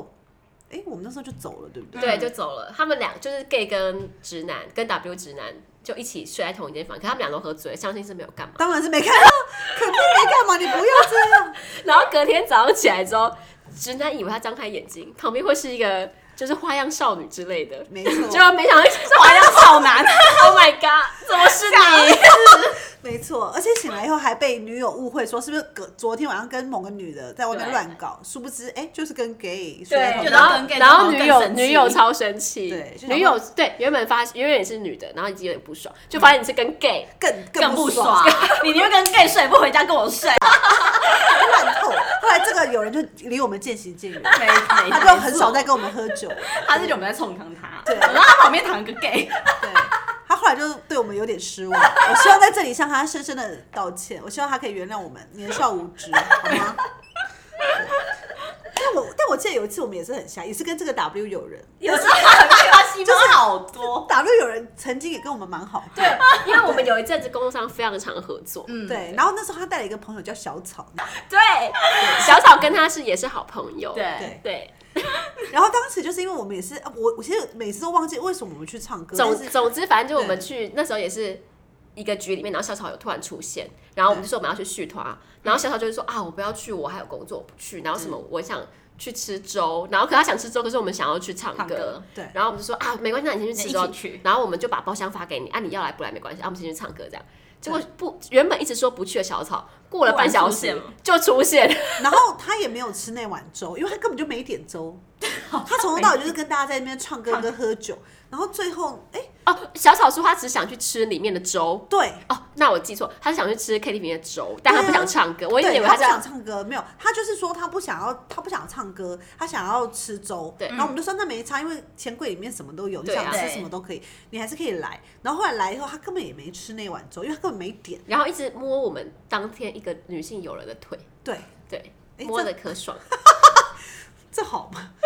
[SPEAKER 1] 哎、我们那时候就走了，对不对？
[SPEAKER 3] 对，
[SPEAKER 2] 嗯
[SPEAKER 3] 就走了。他们俩就是 gay 跟直男，跟 W 直男就一起睡在同一间房，可他们俩都喝醉，相信是没有干嘛。
[SPEAKER 1] 当然是没看到，肯定没干嘛，你不要这样。
[SPEAKER 3] <laughs> 然后隔天早上起来之后，直男以为他张开眼睛，旁边会是一个就是花样少女之类的，
[SPEAKER 1] 没错
[SPEAKER 3] 结果没想到是
[SPEAKER 2] 花样少男， <laughs>
[SPEAKER 3] Oh my god，怎么是你？
[SPEAKER 1] 没错，而且醒来以后还被女友误会说是不是隔昨天晚上跟某个女的在外面
[SPEAKER 3] 对
[SPEAKER 1] 乱搞，殊不知哎、就是跟 gay 睡在同
[SPEAKER 3] 对
[SPEAKER 2] 就
[SPEAKER 1] 一
[SPEAKER 2] 然后
[SPEAKER 1] 张
[SPEAKER 2] 跟 gay
[SPEAKER 3] 然后
[SPEAKER 2] 同
[SPEAKER 3] 女
[SPEAKER 2] 更
[SPEAKER 3] 友
[SPEAKER 2] 生气
[SPEAKER 3] 女友超生气，
[SPEAKER 1] 对就想说
[SPEAKER 3] 女友对原本发原本也是女的，然后已经有点不爽，就发现你是跟 gay，
[SPEAKER 1] 更
[SPEAKER 2] 更
[SPEAKER 1] 不
[SPEAKER 2] 不爽，你宁愿跟 gay 睡，不回家跟我睡，
[SPEAKER 1] 烂透。 <laughs> 后来这个有人就离我们渐行
[SPEAKER 2] <laughs>
[SPEAKER 1] 渐远，
[SPEAKER 2] <laughs> 没没
[SPEAKER 1] 他就很少再，跟我们喝酒。
[SPEAKER 2] 他是觉得我们在冲康他，
[SPEAKER 1] 对
[SPEAKER 2] 然后他旁边躺一个 gay，
[SPEAKER 1] 对，他后来就对我们有点失
[SPEAKER 2] <laughs>
[SPEAKER 1] 望。我希望在这里向他深深的道歉，我希望他可以原谅我们年少无
[SPEAKER 2] <laughs>
[SPEAKER 1] 知，好吗？对但我但我记得有一次我们也是很瞎，也是跟这个 W 有人
[SPEAKER 2] 有时候很开心，就是好多，
[SPEAKER 1] ，W 有人曾经也跟我们蛮好的，对
[SPEAKER 3] 因为我们有一阵子工作上非常常合作，
[SPEAKER 2] 嗯，
[SPEAKER 1] 对。然后那时候他带了一个朋友叫小草，
[SPEAKER 3] 对，小草跟他是也是好朋友，
[SPEAKER 2] 对，
[SPEAKER 3] 对，
[SPEAKER 1] 然后当时就是因为我们也是，啊我我其实每次都忘记为什么我们去唱歌，
[SPEAKER 3] 总
[SPEAKER 1] 但
[SPEAKER 2] 嗯
[SPEAKER 3] <laughs>
[SPEAKER 1] 是
[SPEAKER 3] 总之，反正就我们去那时候也是一个局里面，然后小草有突然出现，然后我们就说我们要去续
[SPEAKER 2] 嗯
[SPEAKER 3] 团，然后小草就会说啊，我不要去，我还有工作，我不去，然后什么
[SPEAKER 2] 嗯
[SPEAKER 3] 我想去吃粥，然后可他想吃粥，可是我们想要去唱
[SPEAKER 2] 唱
[SPEAKER 3] 歌
[SPEAKER 2] 歌，
[SPEAKER 1] 对
[SPEAKER 3] 然后我们就说啊，没关系，那你先去吃
[SPEAKER 2] 一
[SPEAKER 3] 粥
[SPEAKER 2] 起去，
[SPEAKER 3] 然后我们就把包厢发给你，啊，你要来不来没关系，啊，我们先去唱歌这样。结果不，原本一直说不去的小草，过了半小
[SPEAKER 2] 突然
[SPEAKER 3] 时
[SPEAKER 2] 出现了
[SPEAKER 3] 就出现，
[SPEAKER 1] 然后他也没有吃那碗粥，因为他根本就没点粥，他从头到尾就是跟大家在那边唱歌跟喝酒，然后最后哎、
[SPEAKER 3] 哦，小草说他只想去吃里面的粥。
[SPEAKER 1] 对。
[SPEAKER 3] 哦，那我记错，他是想去吃 KTV 里面的粥，但他
[SPEAKER 1] 对啊
[SPEAKER 3] 不想唱歌。我一直以
[SPEAKER 1] 对，
[SPEAKER 3] 为
[SPEAKER 1] 他
[SPEAKER 3] 他
[SPEAKER 1] 不
[SPEAKER 3] 这样
[SPEAKER 1] 想唱歌，没有，他就是说他不想要，他不想唱歌，他想要吃粥。
[SPEAKER 3] 对
[SPEAKER 1] 然后我们就说那没差，因为钱柜里面什么都有，你
[SPEAKER 3] 对啊
[SPEAKER 1] 想吃什么都可以，你还是可以来。然后后来来以后，他根本也没吃那碗粥，因为他根本没点。
[SPEAKER 3] 然后一直摸我们当天一个女性友人的腿，
[SPEAKER 1] 对，
[SPEAKER 3] 对，
[SPEAKER 1] 诶
[SPEAKER 3] 摸的可爽，
[SPEAKER 1] 这好吗？
[SPEAKER 3] <laughs>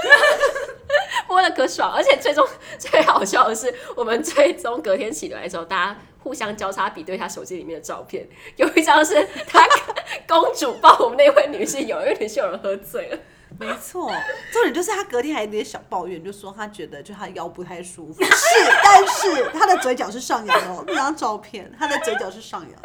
[SPEAKER 3] 摸的可爽，而且最 <laughs> 终最好笑的是，我们最终隔天起来的时候，大家互相交叉比对一下手机里面的照片，有一张是她公主抱我们那位女性友人，因为女性友人喝醉了，
[SPEAKER 1] 没错，重点就是他隔天还有点小抱怨，就说他觉得就他腰不太舒 <laughs> 服，是，但是他的嘴角是上扬的哦，那张照片他的嘴角是上扬的，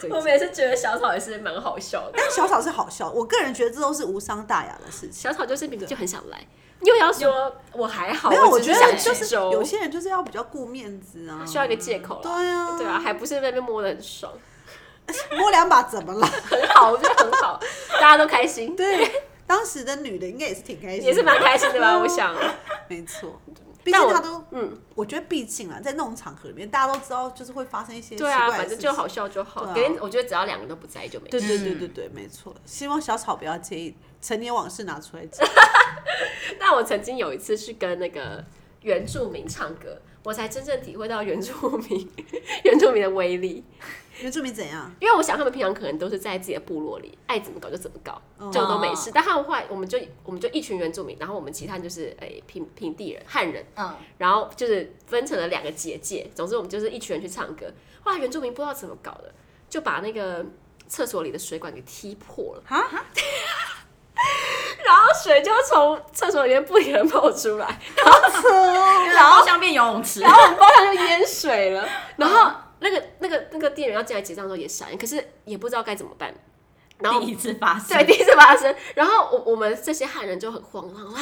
[SPEAKER 1] 嘴
[SPEAKER 3] 我
[SPEAKER 1] 角
[SPEAKER 3] 们也是觉得小草也是蛮好笑的，
[SPEAKER 1] 但小草是好笑，我个人觉得这都是无伤大雅的事情。
[SPEAKER 3] 小草就是明明就很想来，又要说我还好，
[SPEAKER 1] 没有，我
[SPEAKER 3] 只
[SPEAKER 1] 觉
[SPEAKER 3] 是
[SPEAKER 1] 得
[SPEAKER 3] 想
[SPEAKER 1] 就
[SPEAKER 3] 吃
[SPEAKER 1] 是
[SPEAKER 3] 粥
[SPEAKER 1] 有些人就是要比较顾面子啊，
[SPEAKER 3] 需要一个借口
[SPEAKER 1] 对
[SPEAKER 3] 了。
[SPEAKER 1] 啊，
[SPEAKER 3] 对啊，，还不是在那边摸的很爽，
[SPEAKER 1] 摸两把怎么了？
[SPEAKER 3] 很好，我觉得很好，大家都开心。
[SPEAKER 1] 对，当时的女的应该也是嗯挺开心，
[SPEAKER 3] 也是蛮开心的吧？我，想，
[SPEAKER 1] 没错。毕
[SPEAKER 3] 但
[SPEAKER 1] 竟
[SPEAKER 3] 我
[SPEAKER 1] 他都，
[SPEAKER 3] 嗯，
[SPEAKER 1] 我觉得毕竟啊，在那种场合里面，大家都知道，就是会发生一些奇
[SPEAKER 3] 对
[SPEAKER 1] 怪
[SPEAKER 3] 啊，
[SPEAKER 1] 的
[SPEAKER 3] 反
[SPEAKER 1] 事
[SPEAKER 3] 正
[SPEAKER 1] 情
[SPEAKER 3] 就。好笑就好。
[SPEAKER 1] 对啊
[SPEAKER 3] 可是我觉得只要两个都不在意就没
[SPEAKER 1] 对
[SPEAKER 3] 事。
[SPEAKER 1] 对
[SPEAKER 2] 嗯
[SPEAKER 1] 对对对，没错。希望小草不要介意陈年往事拿出来讲。
[SPEAKER 3] 但我曾经有一次是跟那个原住民唱歌，我才真正体会到原住民 <laughs> 原住民的威力。
[SPEAKER 1] 原住民怎样？
[SPEAKER 3] 因为我想他们平常可能都是在自己的部落里，爱怎么搞就怎么搞，
[SPEAKER 1] 哦嗯
[SPEAKER 3] 这种都没事。但他们后来我们就我们就一群原住民，然后我们其他就是诶、平平地人汉人，
[SPEAKER 2] 嗯，
[SPEAKER 3] 然后就是分成了两个结界。总之，我们就是一群人去唱歌。后来原住民不知道怎么搞的，就把那个厕所里的水管给踢破了，
[SPEAKER 1] 啊？
[SPEAKER 3] 然后水就从厕所里面不停的冒出来，
[SPEAKER 2] 然后像变游泳池
[SPEAKER 3] 然，后我们包厢就淹水了。然后那个那个那个店员要进来结账的时候也傻眼，可是也不知道该怎么办。然后
[SPEAKER 2] 第一次发
[SPEAKER 3] <laughs>
[SPEAKER 2] 生，
[SPEAKER 3] 对，第一次发生。然后我我们这些汉人就很慌乱啊，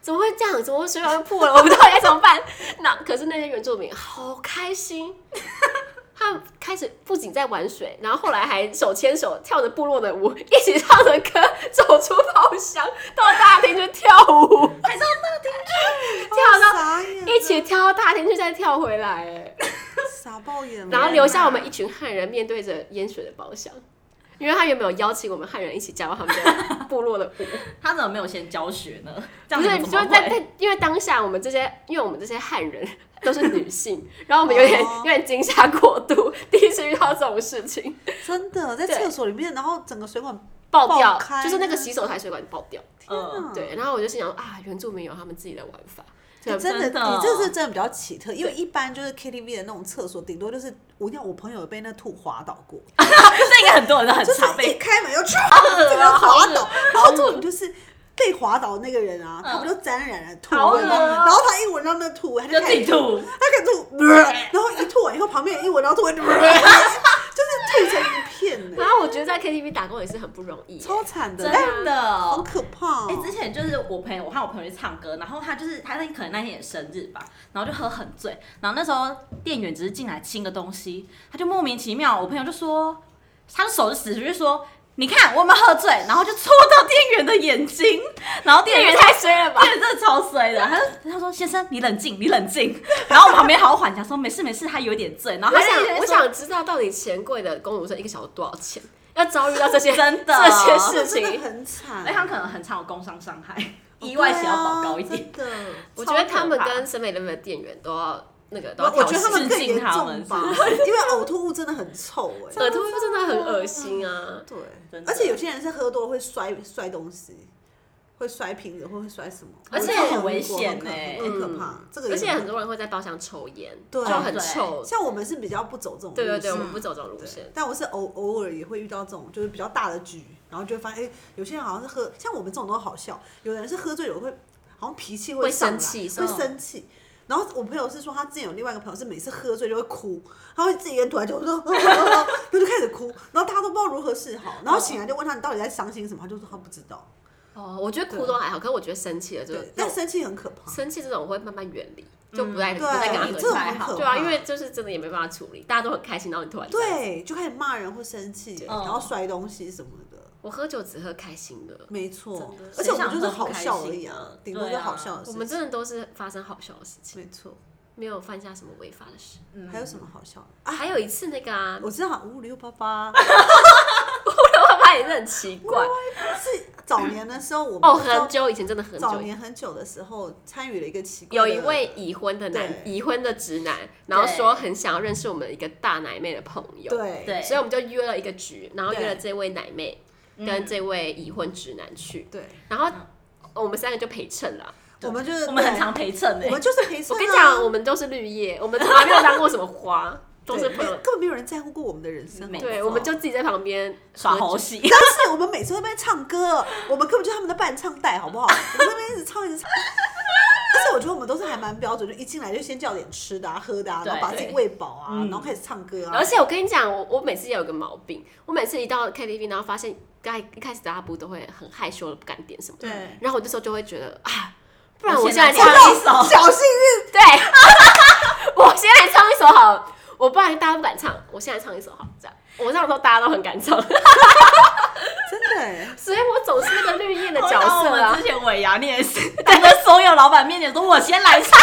[SPEAKER 3] 怎么会这样？怎么会水管又破了？我不知道该怎么办。 <laughs> 那可是那些原住民好开心， <laughs> 他们开始不仅在玩水，然后后来还手牵手跳着部落的舞，一起唱着歌走出包厢，到大厅去跳舞，
[SPEAKER 2] 还上大厅
[SPEAKER 3] 跳到
[SPEAKER 1] 傻眼了，
[SPEAKER 3] 一起跳到大厅去再跳回来，哎
[SPEAKER 1] 傻爆眼了。
[SPEAKER 3] 然后留下我们一群汉人面对着淹水的包厢。因为他原本有邀请我们汉人一起加入他们的部落的舞，
[SPEAKER 2] 他怎么没有先教学呢？这
[SPEAKER 3] 不
[SPEAKER 2] 样
[SPEAKER 3] 是，
[SPEAKER 2] 你
[SPEAKER 3] 就
[SPEAKER 2] 们
[SPEAKER 3] 是
[SPEAKER 2] 怎么
[SPEAKER 3] 在
[SPEAKER 2] 会？嗯
[SPEAKER 3] 在，因为当下我们这些，因为我们这些汉人都是女性，然后我们有点
[SPEAKER 1] 哦
[SPEAKER 3] 有点惊吓过度，第一次遇到这种事情，
[SPEAKER 1] 真的在
[SPEAKER 3] 对
[SPEAKER 1] 厕所里面，然后整个水管
[SPEAKER 3] 爆掉
[SPEAKER 1] 爆，开
[SPEAKER 3] 就是那个洗手台水管爆掉。
[SPEAKER 2] 嗯，
[SPEAKER 1] 啊
[SPEAKER 3] 对，然后我就心想说啊，原住民有他们自己的玩法，
[SPEAKER 1] 欸
[SPEAKER 3] 对，
[SPEAKER 1] 真的，
[SPEAKER 2] 真的
[SPEAKER 1] 你这是真的比较奇特，因为一般就是 KTV 的那种厕所，顶多就是我跟你讲，我朋友有被那吐滑倒过，
[SPEAKER 2] 这应该很多人都很
[SPEAKER 1] 就是
[SPEAKER 2] 常
[SPEAKER 1] 一
[SPEAKER 2] 被。
[SPEAKER 1] 开门就唰，整个滑倒，然后重点就是被滑倒那个人啊，
[SPEAKER 2] 嗯
[SPEAKER 1] 他不就沾染了吐
[SPEAKER 2] 好
[SPEAKER 1] 味吗？
[SPEAKER 2] 恶哦
[SPEAKER 1] 然后他一闻到那吐味，他
[SPEAKER 2] 就
[SPEAKER 1] 就
[SPEAKER 2] 自
[SPEAKER 1] 开
[SPEAKER 2] 己
[SPEAKER 1] 始吐，
[SPEAKER 2] 吐，
[SPEAKER 1] 他开始吐，然后一吐完以后，旁边人一闻到吐
[SPEAKER 2] <laughs>
[SPEAKER 1] 味，就是吐成一片呢
[SPEAKER 3] 然，后我觉得在 KTV 打工也是很不容易耶，
[SPEAKER 1] 超惨的，
[SPEAKER 2] 真
[SPEAKER 1] 但
[SPEAKER 2] 的。
[SPEAKER 1] 好可怕
[SPEAKER 2] 哎、
[SPEAKER 1] 哦。
[SPEAKER 2] 之前就是我朋友，我和我朋友去唱歌，然后他就是他那可能那天也生日吧，然后就喝很醉，然后那时候店员只是进来清个东西，他就莫名其妙，我朋友就说，他的手就死出去说，你看我有没有喝醉，然后就戳到店员的眼睛，然后店
[SPEAKER 3] 店
[SPEAKER 2] 员
[SPEAKER 3] 员
[SPEAKER 2] 就
[SPEAKER 3] 太衰了吧
[SPEAKER 1] <laughs>
[SPEAKER 2] 这？人真的超衰的，他就他说先生你冷静你冷静，然后我旁边好好缓一下说没事没事，他有点醉，然后
[SPEAKER 3] 我
[SPEAKER 2] 他就
[SPEAKER 3] 想我想知道到底钱柜的公主生一个小时多少钱，要遭遇到
[SPEAKER 1] <laughs>
[SPEAKER 3] 这些
[SPEAKER 2] 真的
[SPEAKER 3] 这些
[SPEAKER 1] 这
[SPEAKER 3] 事
[SPEAKER 1] 哦真的
[SPEAKER 3] 情，
[SPEAKER 1] 很惨
[SPEAKER 2] 哎、，他们可能很常有工伤伤害，意外险要保高一点。
[SPEAKER 1] 对啊真的。
[SPEAKER 3] 我觉得他们
[SPEAKER 2] 超可怕
[SPEAKER 3] 跟审美人的店员都要那个都
[SPEAKER 1] 我
[SPEAKER 3] 要
[SPEAKER 1] 我
[SPEAKER 3] 挑
[SPEAKER 1] 觉得他
[SPEAKER 3] 衅，
[SPEAKER 1] 们更
[SPEAKER 2] 致敬
[SPEAKER 1] 严
[SPEAKER 2] 他们
[SPEAKER 1] 重吧，
[SPEAKER 2] <laughs>
[SPEAKER 1] 因为呕吐物真的很臭哎、
[SPEAKER 3] <laughs> 耳朵真的很恶心啊。
[SPEAKER 1] 对
[SPEAKER 2] 真，的
[SPEAKER 1] 而且有些人是喝多了会摔摔东西，会摔瓶子，或会摔什么，
[SPEAKER 2] 而且
[SPEAKER 1] 我真的
[SPEAKER 2] 很危
[SPEAKER 1] 遇过
[SPEAKER 2] 险
[SPEAKER 1] 很可
[SPEAKER 2] 欸
[SPEAKER 1] 嗯很可怕。这个也
[SPEAKER 3] 嗯而且很
[SPEAKER 1] 可
[SPEAKER 3] 多人会在包厢抽烟，
[SPEAKER 1] 对
[SPEAKER 3] 就很臭
[SPEAKER 1] 怕。。像我们是比较不走这种
[SPEAKER 3] 对对
[SPEAKER 1] 路
[SPEAKER 3] 对，
[SPEAKER 1] 线
[SPEAKER 3] 我们不走这种路线
[SPEAKER 1] 对。但我是偶偶尔也会遇到这种，就是比较大的局，然后就会发现，哎、有些人好像是喝，像我们这种都好笑，有的人是喝醉了会，好像脾气
[SPEAKER 3] 会
[SPEAKER 1] 上来，
[SPEAKER 3] 生气
[SPEAKER 1] 会
[SPEAKER 3] 嗯
[SPEAKER 1] 生气。然后我朋友是说，他之前有另外一个朋友是每次喝醉就会哭，他会自己一个人突然就 <laughs> 说，然后就开始哭，然后大家都不知道如何是好，然后醒来就问他你到底在伤心什么，他就说他不知道。
[SPEAKER 3] 哦，我觉得哭都还好，可是我觉得生气了就
[SPEAKER 1] 对，但生气很可怕。
[SPEAKER 3] 生气这种我会慢慢远离，就不再
[SPEAKER 1] 对
[SPEAKER 3] 不再跟他
[SPEAKER 1] 这种
[SPEAKER 3] 合
[SPEAKER 1] 很
[SPEAKER 3] 作。
[SPEAKER 1] 可怕
[SPEAKER 3] 对啊，因为就是真的也没办法处理，大家都很开心，然后你突然这样
[SPEAKER 1] 对，就开始骂人或生气，
[SPEAKER 2] 嗯
[SPEAKER 1] 然后摔东西什么的，
[SPEAKER 3] 我喝酒只喝开心的，
[SPEAKER 1] 没错
[SPEAKER 3] 真的。
[SPEAKER 1] 而且我们
[SPEAKER 2] 谁想
[SPEAKER 1] 就是
[SPEAKER 2] 喝不
[SPEAKER 1] 好
[SPEAKER 2] 开
[SPEAKER 1] 笑而
[SPEAKER 2] 心
[SPEAKER 1] 已啊
[SPEAKER 2] 的，
[SPEAKER 1] 顶多
[SPEAKER 2] 对
[SPEAKER 1] 就
[SPEAKER 2] 啊
[SPEAKER 1] 好笑的事
[SPEAKER 3] 我
[SPEAKER 1] 情。
[SPEAKER 3] 们真的都是发生好笑的事情，
[SPEAKER 1] 没错，
[SPEAKER 3] 没有犯下什么违法的事。
[SPEAKER 2] 嗯
[SPEAKER 1] 还有什么好笑的？
[SPEAKER 3] 啊，还有一次那个啊，
[SPEAKER 1] 我知道五六八啊八
[SPEAKER 3] <laughs> 我爸爸也是很奇怪
[SPEAKER 1] 是早年的时候，我们
[SPEAKER 3] 哦，
[SPEAKER 1] 那时候
[SPEAKER 3] 很久以前真的很
[SPEAKER 1] 早
[SPEAKER 3] 久以前，
[SPEAKER 1] 年很久的时候参与了一个奇怪
[SPEAKER 3] 有
[SPEAKER 1] 的，
[SPEAKER 3] 一位已婚的男
[SPEAKER 1] 对
[SPEAKER 3] 已婚的直男，然后说很想要认识我们一个大奶妹的朋友，
[SPEAKER 1] 对
[SPEAKER 2] 对，
[SPEAKER 3] 所以我们就约了一个局，然后约了
[SPEAKER 1] 对
[SPEAKER 3] 这位奶妹跟这位已婚直男去，
[SPEAKER 1] 对，
[SPEAKER 3] 然后我们三个就陪衬了。
[SPEAKER 1] 我们就是
[SPEAKER 2] 我们很
[SPEAKER 1] 对啊
[SPEAKER 2] 常陪衬哎、
[SPEAKER 1] 我们就是陪衬啊。
[SPEAKER 3] 我跟你讲，我们都是绿叶，我们从来没有当过什
[SPEAKER 1] <laughs>
[SPEAKER 3] 么花，都
[SPEAKER 1] 对，
[SPEAKER 3] 是
[SPEAKER 1] 没
[SPEAKER 3] 朋
[SPEAKER 1] 有
[SPEAKER 3] 友。
[SPEAKER 1] 根本没有人在乎过我们的人生。
[SPEAKER 2] 没
[SPEAKER 1] 好不好
[SPEAKER 3] 对，我们就自己在旁边
[SPEAKER 2] 耍
[SPEAKER 3] 喝酒
[SPEAKER 2] 猴戏，
[SPEAKER 1] 但是我们每次都在那边唱歌， <laughs> 我们根本就是他们的伴唱带，好不好？我们在那边一直唱一直唱。但是我觉得我们都是还蛮标准，就一进来就先叫点吃的啊、喝的啊，然后
[SPEAKER 2] 对
[SPEAKER 1] 把自己喂饱啊，
[SPEAKER 2] 嗯
[SPEAKER 1] 然后开始唱歌啊
[SPEAKER 3] 而。且我跟你讲，我我每次也有个毛病，我每次一到 KTV，然后发现刚一开始大家不都会很害羞的不敢点什么的，
[SPEAKER 1] 对
[SPEAKER 3] 然后我这时候就会觉得啊，不然
[SPEAKER 2] 我
[SPEAKER 3] 我
[SPEAKER 2] 先
[SPEAKER 3] 先来
[SPEAKER 2] 来
[SPEAKER 3] 唱
[SPEAKER 2] 唱
[SPEAKER 3] 一
[SPEAKER 2] 一首
[SPEAKER 3] 首，
[SPEAKER 1] <laughs> 小幸运，
[SPEAKER 3] 对， <laughs> 我先来唱一首好了，我不然大家不敢唱，我先来唱一首好了，这样。我那时候大家都很敢
[SPEAKER 1] <laughs>
[SPEAKER 3] 唱，
[SPEAKER 1] 真的欸
[SPEAKER 3] 所以我总是那个绿叶的
[SPEAKER 2] <laughs>
[SPEAKER 1] <laughs>
[SPEAKER 2] 我
[SPEAKER 3] 角
[SPEAKER 2] 想
[SPEAKER 3] 色
[SPEAKER 2] 我们
[SPEAKER 3] 啊
[SPEAKER 2] 之。前尾牙你也 <laughs> 是，在跟所有老板面前说，我先来唱，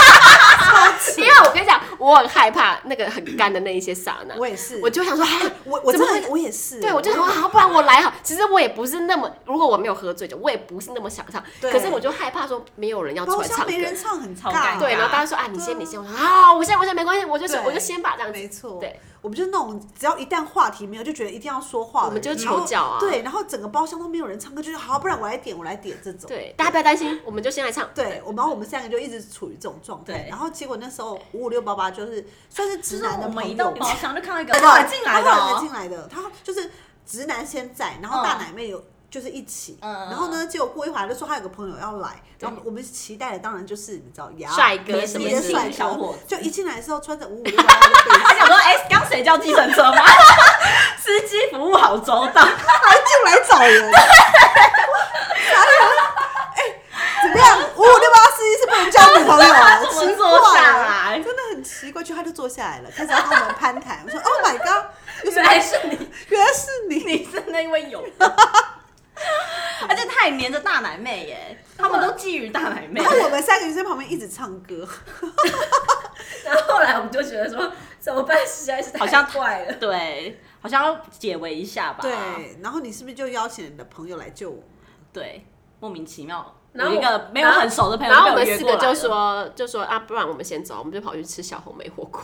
[SPEAKER 3] 因为我跟你讲，我很害怕那个很干的那一些傻男，
[SPEAKER 1] 我也是，
[SPEAKER 3] 我就想说，啊
[SPEAKER 1] 我我
[SPEAKER 3] 怎么会
[SPEAKER 1] 真的我也是，
[SPEAKER 3] 对，我就想说，好，不然我来好。其实我也不是那么，如果我没有喝醉酒，我也不是那么想唱。
[SPEAKER 1] 对
[SPEAKER 3] 可是我就害怕说没有人要出
[SPEAKER 1] 包
[SPEAKER 3] 来唱
[SPEAKER 1] 厢
[SPEAKER 3] 歌
[SPEAKER 1] 没。人唱很
[SPEAKER 2] 超尴
[SPEAKER 1] 尬，
[SPEAKER 2] 尬
[SPEAKER 3] 对，然后大家说啊，你先，你先。我说啊，我先，我先，没关系，我就是
[SPEAKER 1] 对
[SPEAKER 3] 我就先把这样
[SPEAKER 1] 没
[SPEAKER 3] 子。
[SPEAKER 1] 错，
[SPEAKER 3] 对，
[SPEAKER 1] 我们就那种只要一旦话题没有，就觉得一定要说话的人，
[SPEAKER 3] 我们就
[SPEAKER 1] 然后
[SPEAKER 3] 求教啊
[SPEAKER 1] 对，然后整个包厢都没有人唱歌，就是好，不然我来点，我来点这种，
[SPEAKER 3] 对，大家不要担心，我们就先来唱。
[SPEAKER 1] 对，我们然后我们三个就一直处于这种状态，
[SPEAKER 2] 对
[SPEAKER 1] 然后结果那时候五五六八八就是算是
[SPEAKER 2] 就
[SPEAKER 1] 直
[SPEAKER 2] 是
[SPEAKER 1] 男的
[SPEAKER 2] 我
[SPEAKER 1] 朋
[SPEAKER 2] 们一
[SPEAKER 1] 友
[SPEAKER 2] 到
[SPEAKER 1] 吧，
[SPEAKER 2] 包厢就看 <laughs> 到一个
[SPEAKER 1] 对
[SPEAKER 2] 哇进哎来
[SPEAKER 1] 他
[SPEAKER 2] 的
[SPEAKER 1] 后才
[SPEAKER 2] 哦，
[SPEAKER 1] 进来的，他就是直男先在，然后大奶妹有。就是一起，
[SPEAKER 2] 嗯
[SPEAKER 1] 然后呢，结果过一会儿他就说他有个朋友要来，
[SPEAKER 3] 对
[SPEAKER 1] 然后我们期待的当然就是你知道，呀
[SPEAKER 3] 帅哥
[SPEAKER 1] 美
[SPEAKER 3] 什
[SPEAKER 2] 么
[SPEAKER 1] 丽的
[SPEAKER 2] 之类
[SPEAKER 1] 帅
[SPEAKER 2] 的小伙
[SPEAKER 1] 哥
[SPEAKER 2] 子，
[SPEAKER 1] 就一进来的时候穿着五五六八八的背
[SPEAKER 2] 他
[SPEAKER 1] 心，
[SPEAKER 2] 想说，哎、刚谁叫计程车吗？司机服务好周到，
[SPEAKER 1] 还进来找人。哎，怎么样？五五六八司机是不能交女朋友啊，
[SPEAKER 2] <laughs> 我
[SPEAKER 1] 奇
[SPEAKER 2] 坐
[SPEAKER 1] 怪
[SPEAKER 2] 下
[SPEAKER 1] 啊，
[SPEAKER 2] 来，
[SPEAKER 1] 真的很奇怪。就他就坐下来了，开始要跟我们攀谈。我说 Oh my god，有什
[SPEAKER 2] <laughs> 原
[SPEAKER 1] 么
[SPEAKER 2] 来是你，
[SPEAKER 1] 原来是你，
[SPEAKER 2] <laughs> 你是那位 <laughs> 友。而且他也黏着大奶妹耶，他们都觊觎大 <laughs> 奶妹
[SPEAKER 1] 然。后我们三个就在旁边一直唱歌。
[SPEAKER 2] 然后后来我们就觉得说，
[SPEAKER 3] 怎么办？实在是太
[SPEAKER 2] 好像
[SPEAKER 3] 怪了。
[SPEAKER 2] 对，好像要解围一下吧。
[SPEAKER 1] 对，然后你是不是就邀请你的朋友来救我？
[SPEAKER 2] 对，莫名其妙，
[SPEAKER 3] 然后
[SPEAKER 2] 有一
[SPEAKER 3] 我
[SPEAKER 2] 个没有
[SPEAKER 3] 然后
[SPEAKER 2] 很熟的朋友
[SPEAKER 3] 然后我
[SPEAKER 2] 被
[SPEAKER 3] 们
[SPEAKER 2] 约
[SPEAKER 3] 四
[SPEAKER 2] 过
[SPEAKER 3] 个
[SPEAKER 2] 来
[SPEAKER 3] 就
[SPEAKER 2] 了
[SPEAKER 3] 说就说啊，不然我们先走，我们就跑去吃小红梅火锅。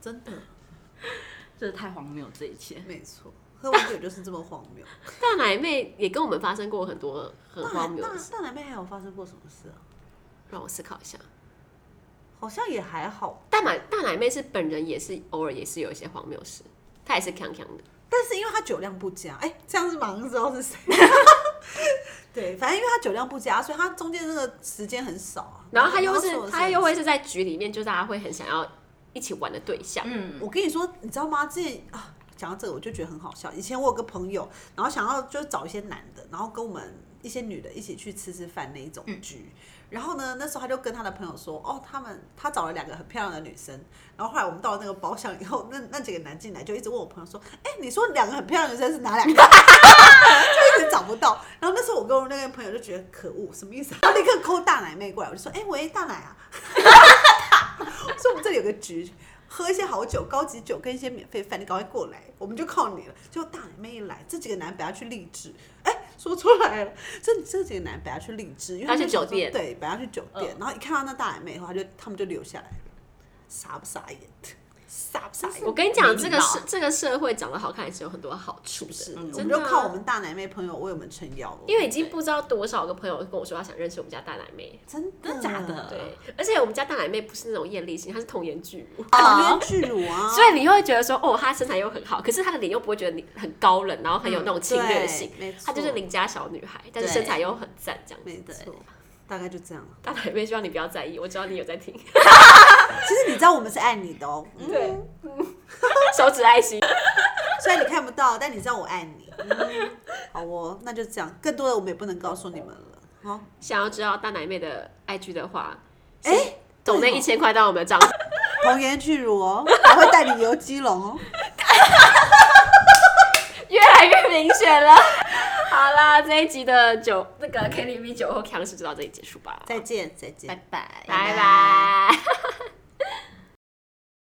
[SPEAKER 1] 真的，
[SPEAKER 2] 这太荒谬，这一切。
[SPEAKER 1] 没错，喝完酒就是这么荒谬。
[SPEAKER 3] 大奶妹也跟我们发生过很多很
[SPEAKER 1] 大
[SPEAKER 3] 荒
[SPEAKER 1] 奶
[SPEAKER 3] 谬
[SPEAKER 1] 大
[SPEAKER 3] 的事，
[SPEAKER 1] 大奶妹还有发生过什么事啊？
[SPEAKER 3] 让我思考一下。
[SPEAKER 1] 好像也还好，
[SPEAKER 3] 大奶大奶妹是本人也是偶尔也是有一些荒谬事，她也是强强的。
[SPEAKER 1] 但是因为她酒量不佳，哎、这样子马上知道是谁。对，反正因为她酒量不佳，所以她中间那个时间很少啊。
[SPEAKER 3] 然后她又
[SPEAKER 1] 做的
[SPEAKER 3] 是
[SPEAKER 1] 事
[SPEAKER 3] 哦她又会是在局里面，就大家会很想要一起玩的对象。
[SPEAKER 2] 嗯，
[SPEAKER 1] 我跟你说，你知道吗？之前啊，讲到这个我就觉得很好笑。以前我有个朋友，然后想要就是找一些男的，然后跟我们一些女的一起去吃吃饭那一种局。然后呢，那时候他就跟他的朋友说，哦，他们他找了两个很漂亮的女生。然后后来我们到了那个包厢以后，那那几个男进来就一直问我朋友说，哎、你说两个很漂亮的女生是哪两个？ <laughs> 就一直找不到。然后那时候我跟我那个朋友就觉得可恶，什么意思啊？然 <laughs> 后立刻抠大奶妹过来，我就说，哎、喂，大奶啊， <laughs> 所以我们这里有个局，喝一些好酒、高级酒跟一些免费饭，你赶快过来，我们就靠你了。结果大奶妹一来，这几个男本来去励志，哎、说出来了，这这几个男本来去励志，因为
[SPEAKER 3] 他去
[SPEAKER 1] 们想说
[SPEAKER 3] 酒店嗯
[SPEAKER 1] 对，本来去酒店，然后一看到那大奶妹以后，他就他们就留下来了，傻不傻眼？傻不傻眼？
[SPEAKER 3] 我跟你讲，
[SPEAKER 2] 没礼
[SPEAKER 3] 这个
[SPEAKER 2] 貌
[SPEAKER 3] 社这个社会长得好看也是有很多好处的，
[SPEAKER 1] 是，嗯
[SPEAKER 3] 真
[SPEAKER 1] 我们
[SPEAKER 3] 的
[SPEAKER 1] 就
[SPEAKER 3] 啊
[SPEAKER 1] 靠我们大奶妹朋友为我们撑腰了，
[SPEAKER 3] 因为已经不知道多少个朋友跟我说他想认识我们家大奶妹。
[SPEAKER 1] 真的
[SPEAKER 2] 真的假的？
[SPEAKER 3] 对，而且我们家大奶妹不是那种艳丽型，她是童颜巨乳，
[SPEAKER 1] 童颜巨乳啊，
[SPEAKER 3] <laughs> 所以你会觉得说，哦，她身材又很好，可是她的脸又不会觉得你很高冷，然后很有那种侵略性
[SPEAKER 1] 对没。错
[SPEAKER 3] 她就是邻家小女孩，但是
[SPEAKER 2] 对
[SPEAKER 3] 身材又很赞，这样子。
[SPEAKER 1] 没错，大概就这样了。
[SPEAKER 3] 大奶妹希望你不要在意，我知道你有在听， <laughs>
[SPEAKER 1] 其实你知道我们是爱你的哦，嗯
[SPEAKER 3] 对，手指爱心。
[SPEAKER 1] 虽然你看不到，但你知道我爱你。嗯好哦，那就这样，更多的我们也不能告诉你们了。哦好，
[SPEAKER 3] 想要知道大奶妹的 IG 的话，
[SPEAKER 1] 哎，
[SPEAKER 3] 总那一千块到我们的账户。
[SPEAKER 1] 童颜巨乳哦，还会带你游基隆哦。
[SPEAKER 3] <laughs> 越来越明显了。好啦，这一集的酒那个 KTV 酒后强势就到这里结束吧，
[SPEAKER 1] 再见，再见，
[SPEAKER 2] 拜拜。
[SPEAKER 3] 拜拜。